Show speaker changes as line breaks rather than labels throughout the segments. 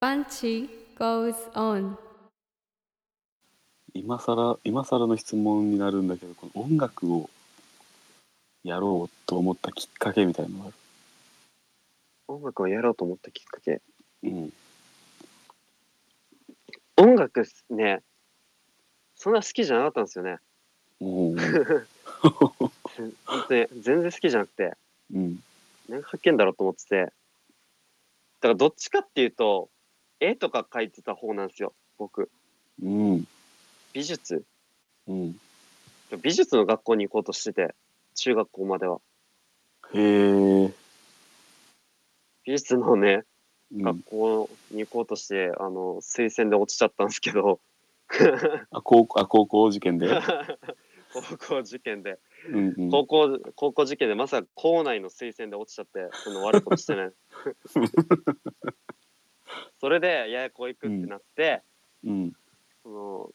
Banshee goes on.
今更今更の質問になるんだけどこの音楽をやろうと思ったきっかけみたいなのがあ
音楽をやろうと思ったきっかけ
る、うん、
音楽っすねそんな好きじゃなかったんですよね
おー
本当に全然好きじゃなくて
うん
何発見だろうと思っててだからどっちかっていうと絵とか描いてた方なんですよ僕
うん
美術
うん
美術の学校に行こうとしてて中学校までは
へえ、
美術のね
うん
学、校に行こうとして、あの推薦で落ちちゃったんですけど
あ高校あ高校受験で、
高校受験で
うんうん、
高校高校受験でまさか校内の推薦で落ちちゃってその悪いことして ないそれで八重子行くってなって、
うん
その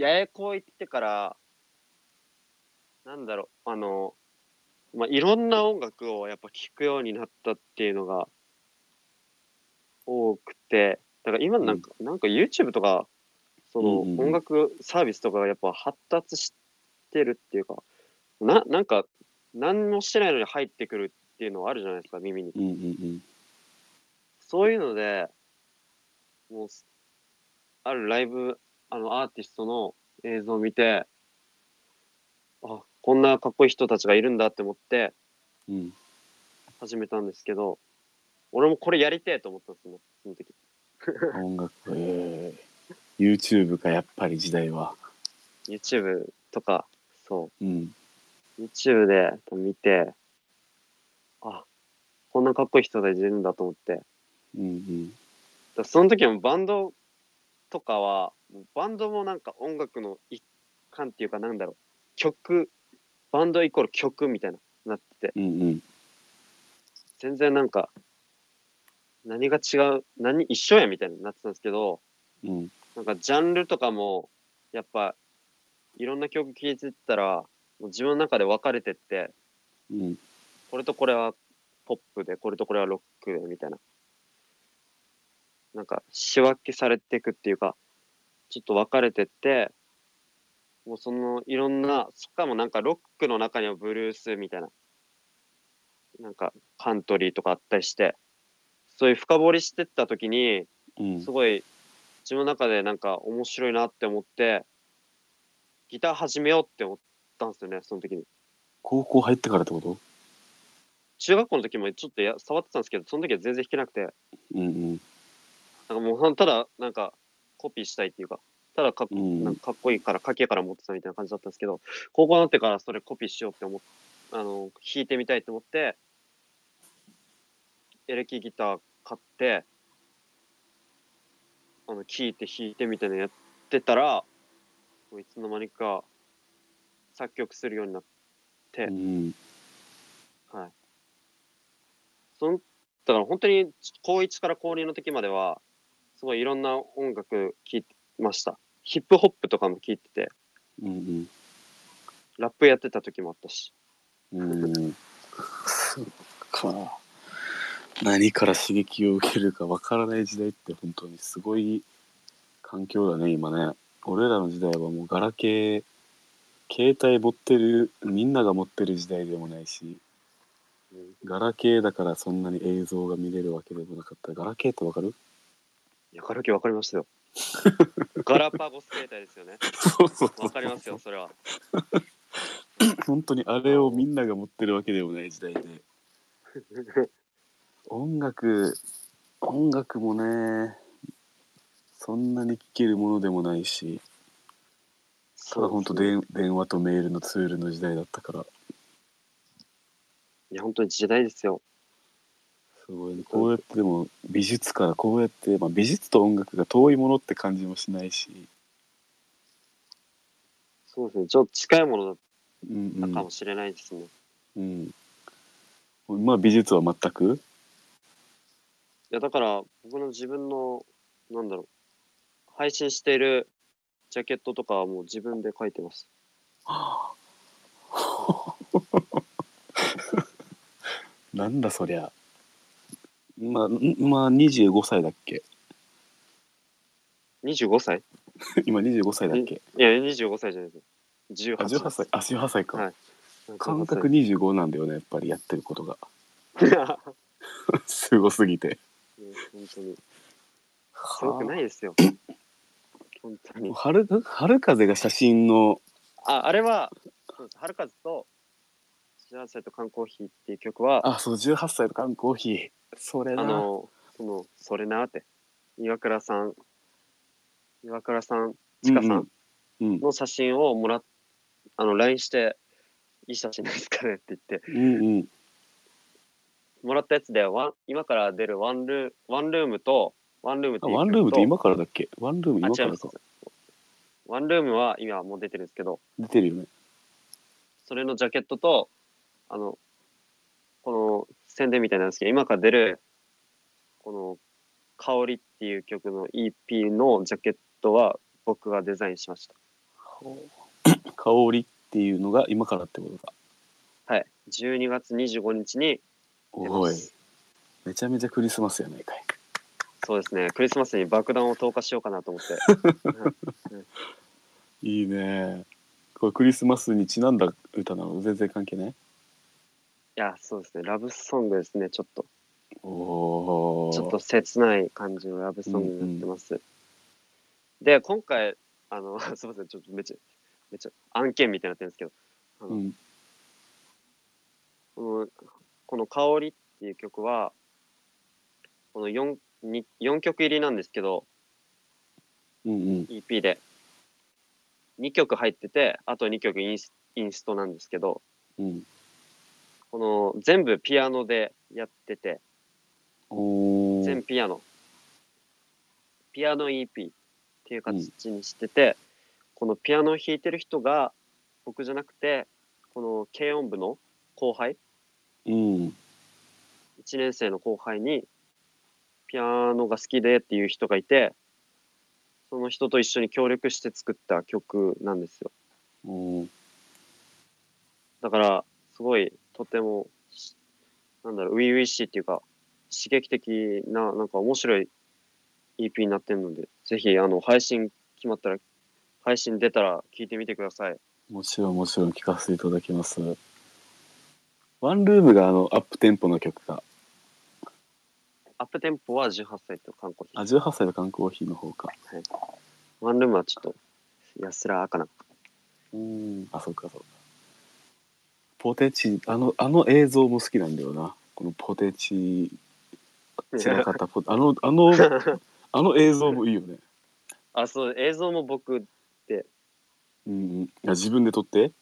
八重子行ってからなんだろうあの、まあ、いろんな音楽をやっぱ聴くようになったっていうのが多くてだから今なんか、なんか YouTube とかその
うんうんうん
音楽サービスとかがやっぱ発達してるっていうかななんか何もしてないのに入ってくるっていうのはあるじゃないですか耳に
うんうん
そういうので、もうす、あるライブ、あの、アーティストの映像を見て、あ、こんなかっこいい人たちがいるんだって思って
うんうん
始めたんですけど、俺もこれやりてえと思ったんですね、その時。
音楽ええ YouTube かやっぱり時代は
YouTube とか、そ
うん
う、YouTube で見て、あ、こんなかっこいい人たちいるんだと思って、
うん
だからその時もバンドとかはもうバンドもなんか音楽の一環っていうかなんだろう曲バンドイコール曲みたいななってて
うんうんうん
全然なんか何が違う何一緒やみたいになってたんですけど
うん
なんかジャンルとかもやっぱいろんな曲聴いてったらもう自分の中で分かれてって
うん
これとこれはポップでこれとこれはロックでみたいななんか仕分けされていくっていうかちょっと分かれてってもうそのいろんなしかもなんかロックの中にはブルースみたいななんかカントリーとかあったりしてそういう深掘りしてった時に
うん
すごい自分の中でなんか面白いなって思ってギター始めようって思ったんですよねその時に。
高校入ってからってこと
中学校の時もちょっとや触ってたんですけどその時は全然弾けなくて
うん
なんかもうほんただなんかコピーしたいっていうかただかっ,、
うんうん
なんかかっこいいから書けから持ってたみたいな感じだったんですけど高校になってからそれコピーしようって思っあの弾いてみたいと思ってエレキギター買ってあの聴いて弾いてみたいなのやってたらもういつの間にか作曲するようになって
うん
はい。そんだから本当に高1から高2の時までは、すごいいろんな音楽聴いてました。ヒップホップとかも聴いてて、
うん
ラップやってた時もあったし。
うんうんそっか何から刺激を受けるかわからない時代って本当にすごい環境だね今ね俺らの時代はもうガラケー携帯持ってるみんなが持ってる時代でもないしガラケーだからそんなに映像が見れるわけでもなかったガラケーってわかる
いや、ガラケーわかりましたよ。ガラパゴス携帯ですよね。
そうそう
わかりますよ、それは。
本当にあれをみんなが持ってるわけでもない時代で音楽音楽もねそんなに聴けるものでもないしただ本当
い
電電話とメールのツールの時代だったから
や、本当に時代ですよ。
すごいねこうやってでも美術からこうやって、まあ、美術と音楽が遠いものって感じもしないし、
そうですね。ちょっと近いものだっ
うんう
たか
ん
もしれないですね。い
うん、まあ美術は全く
や、だから僕の自分の、なんだろう、配信しているジャケットとかはもう自分で書いてます。
なんだそりゃまあんまあ25歳だっけ
25歳
今25歳だっけ
いや、25歳じゃないですよ。
あ
18
18歳あ18歳か、
はい歳。
感覚25なんだよねやっぱりやってることが
うん。
すごすぎて
本当に。すごくないで すよ。本当に。
春春風が写真の
あ、あれは、そうです春風と、幸せと缶コーヒーっていう曲は、あ
あそう18歳の缶コーヒーそれな
の、その、それなって、岩倉さん、岩倉さん、ちかさん
うんうん
の写真をもらっ、あの、LINE して、いい写真ないですかねって言って、
うんうん
もらったやつで、ワン今から出るワンルーワンルームと、ワンルームっ
あ
ていう曲
ワンルームって今からだっけワンルーム
あ
今か
違い
ら
ます
か
ワンルームは今もう出てるんですけど、
出てるよね
それのジャケットと、あの、この宣伝みたいなんですけど、今から出る、この、香りっていう曲の EP のジャケットは僕がデザインしました。
香りっていうのが今からってことか
はい。12月25日に出
お
ま
い
す。
めちゃめちゃクリスマスやないかい
そうですね。クリスマスに爆弾を投下しようかなと思って。
いいねこれクリスマスにちなんだ歌なの全然関係ない
いや、そうですね。ラブソングですね。ちょっと、
おお
ちょっと切ない感じのラブソングになってます。で、今回、あの、 すみません。ちょっとめっちゃ、めっちゃ案件みたいになってるんですけど、あの
うん
このこの「香り」っていう曲はこの 4, に4曲入りなんですけど
うんうん
EP で2曲入っててあと2曲インスインストなんですけど
うん
この全部ピアノでやってて
おお
全ピアノピアノ EP っていう形にしてて、このピアノを弾いてる人が僕じゃなくてこの軽音部の後輩
うん
1年生の後輩にピアノが好きでっていう人がいてその人と一緒に協力して作った曲なんですよ
おー
だからすごいとてもしなんだろう初々しいっていうか刺激的ななんか面白い EP になってるのでぜひあの配信決まったら配信出たら聞いてみてください
もちろんもちろん聞かせていただきますワンルームがあのアップテンポの曲か
アップテンポは18歳と韓国
あ18歳の缶コーヒーの方か
ワンルームはちょっと安らかな
うんあそうかそうかポテチあのあの映像も好きなんだよなこのポテチ散らかったポあのあ のあの映像もいいよね
あそう映像も僕
うんうんあ自分で撮って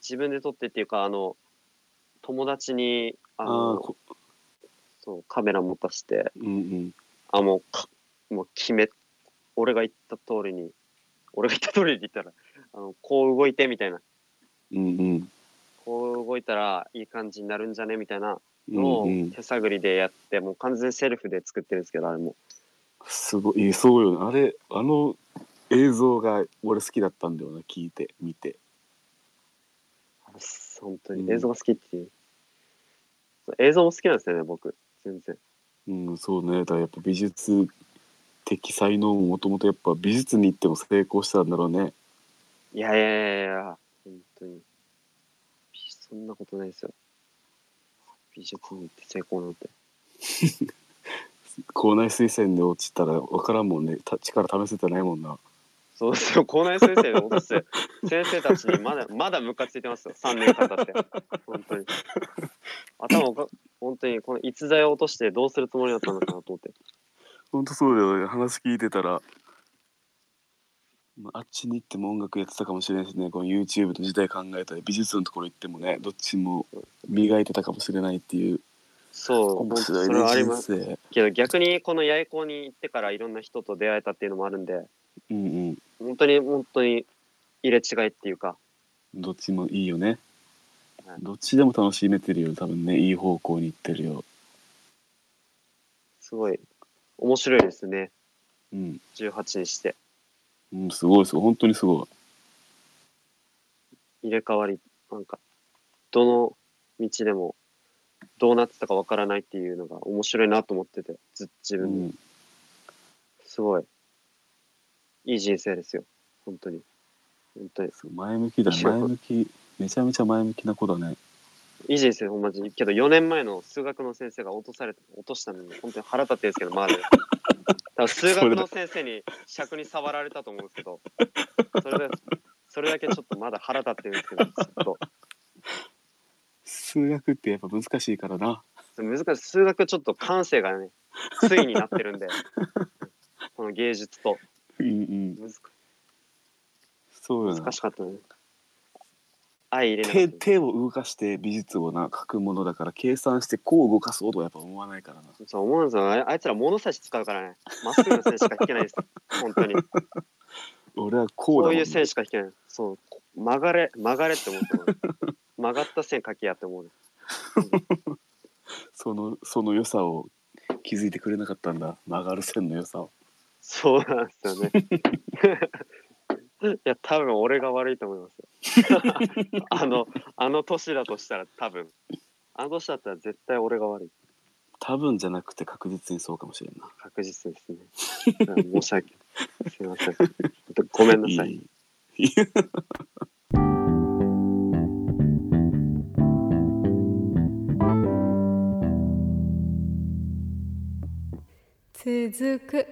自分で撮ってっていうかあの友達にあ
ああ
の
ーこ
そうカメラ持たして
うんうん
あもうかもう決め俺が言った通りに俺が言った通りに言ったらあのこう動いてみたいな
うんうん
こう動いたらいい感じになるんじゃねみたいなの
うん
を
うん、
手探りでやって、もう完全セルフで作ってるんですけどあれも
すごいそうよねあれあの映像が俺好きだったんだよな聞いて見て
本当に
うん
映像が好きっていう、そう映像も好きなんですよね僕全然
うんそうねだからやっぱ美術的才能ももともとやっぱ美術に行っても成功したんだろうね
いやいやいやいや、本当に。そんなことないですよ。美術に行って成功なんて。
校内推薦で落ちたら分からんもんねた力試せてないもんな
そうですよ、校内先生で落と して、先生たちにまだ、まだムカついてますよ、3年間経って。本当に。頭おか、本当に、この逸材を落としてどうするつもりだったのかなと思って。
ほんとそうだよね話聞いてたらまああっちに行っても音楽やってたかもしれないしねこの YouTube の時代考えたら美術のところ行ってもねどっちも磨いてたかもしれないっていう
そう、本
面
当そ
白い
れはあり
ね
ま
人
す
生
けど、逆にこの八重子に行ってからいろんな人と出会えたっていうのもあるんで、
うんうん
本当に、本当に入れ違いっていうか、
どっちもいいよね
はい
どっちでも楽しめてるよ多分ねいい方向に行ってるよ
すごい面白いですね、
うん
18にして。
うん、すごいすごい本当にすごい
入れ替わりなんかどの道でもどうなってたかわからないっていうのが面白いなと思っててず自
う
分で、
ん、
すごいいい人生ですよ。本当に。本当に。
前向きだ
一緒
前向きめちゃめちゃ前向きな子だね
いい人生、ほんまに。けど、4年前の数学の先生が落とされて、落としたのに、本当に腹立ってるんですけど、まだ。多分数学の先生に尺に触られたと思うんですけど、それで、それだけちょっとまだ腹立ってるんですけど、ずっと。
数学ってやっぱ難しいからな
難しい。数学ちょっと感性がね、ついになってるんで、 この芸術と。
うんうん
難
そうよな
難しかったね。相入れなか
手
った
手を動かして美術をな書くものだから計算してこう動かそうとはやっぱ思わないからな
そう思うんですよ。あいあいつら物差し使うからね。まっすぐの線しか引けないです。本 当に。
俺はこう
こ
だも
うんいう線しか引けない。そう。こ曲がれ、曲がれって思ってもらう曲がった線書きやって思うね。
そのその良さを気づいてくれなかったんだ曲がる線の良さを
そうなんですよね。いや、多分俺が悪いと思いますよ。 あの、あの年だとしたら多分。あの年だったら絶対俺が悪い。
多分じゃなくて確実にそうかもしれんな
確実ですね。うん申し訳ない。すいません。ごめんなさい。
い
続く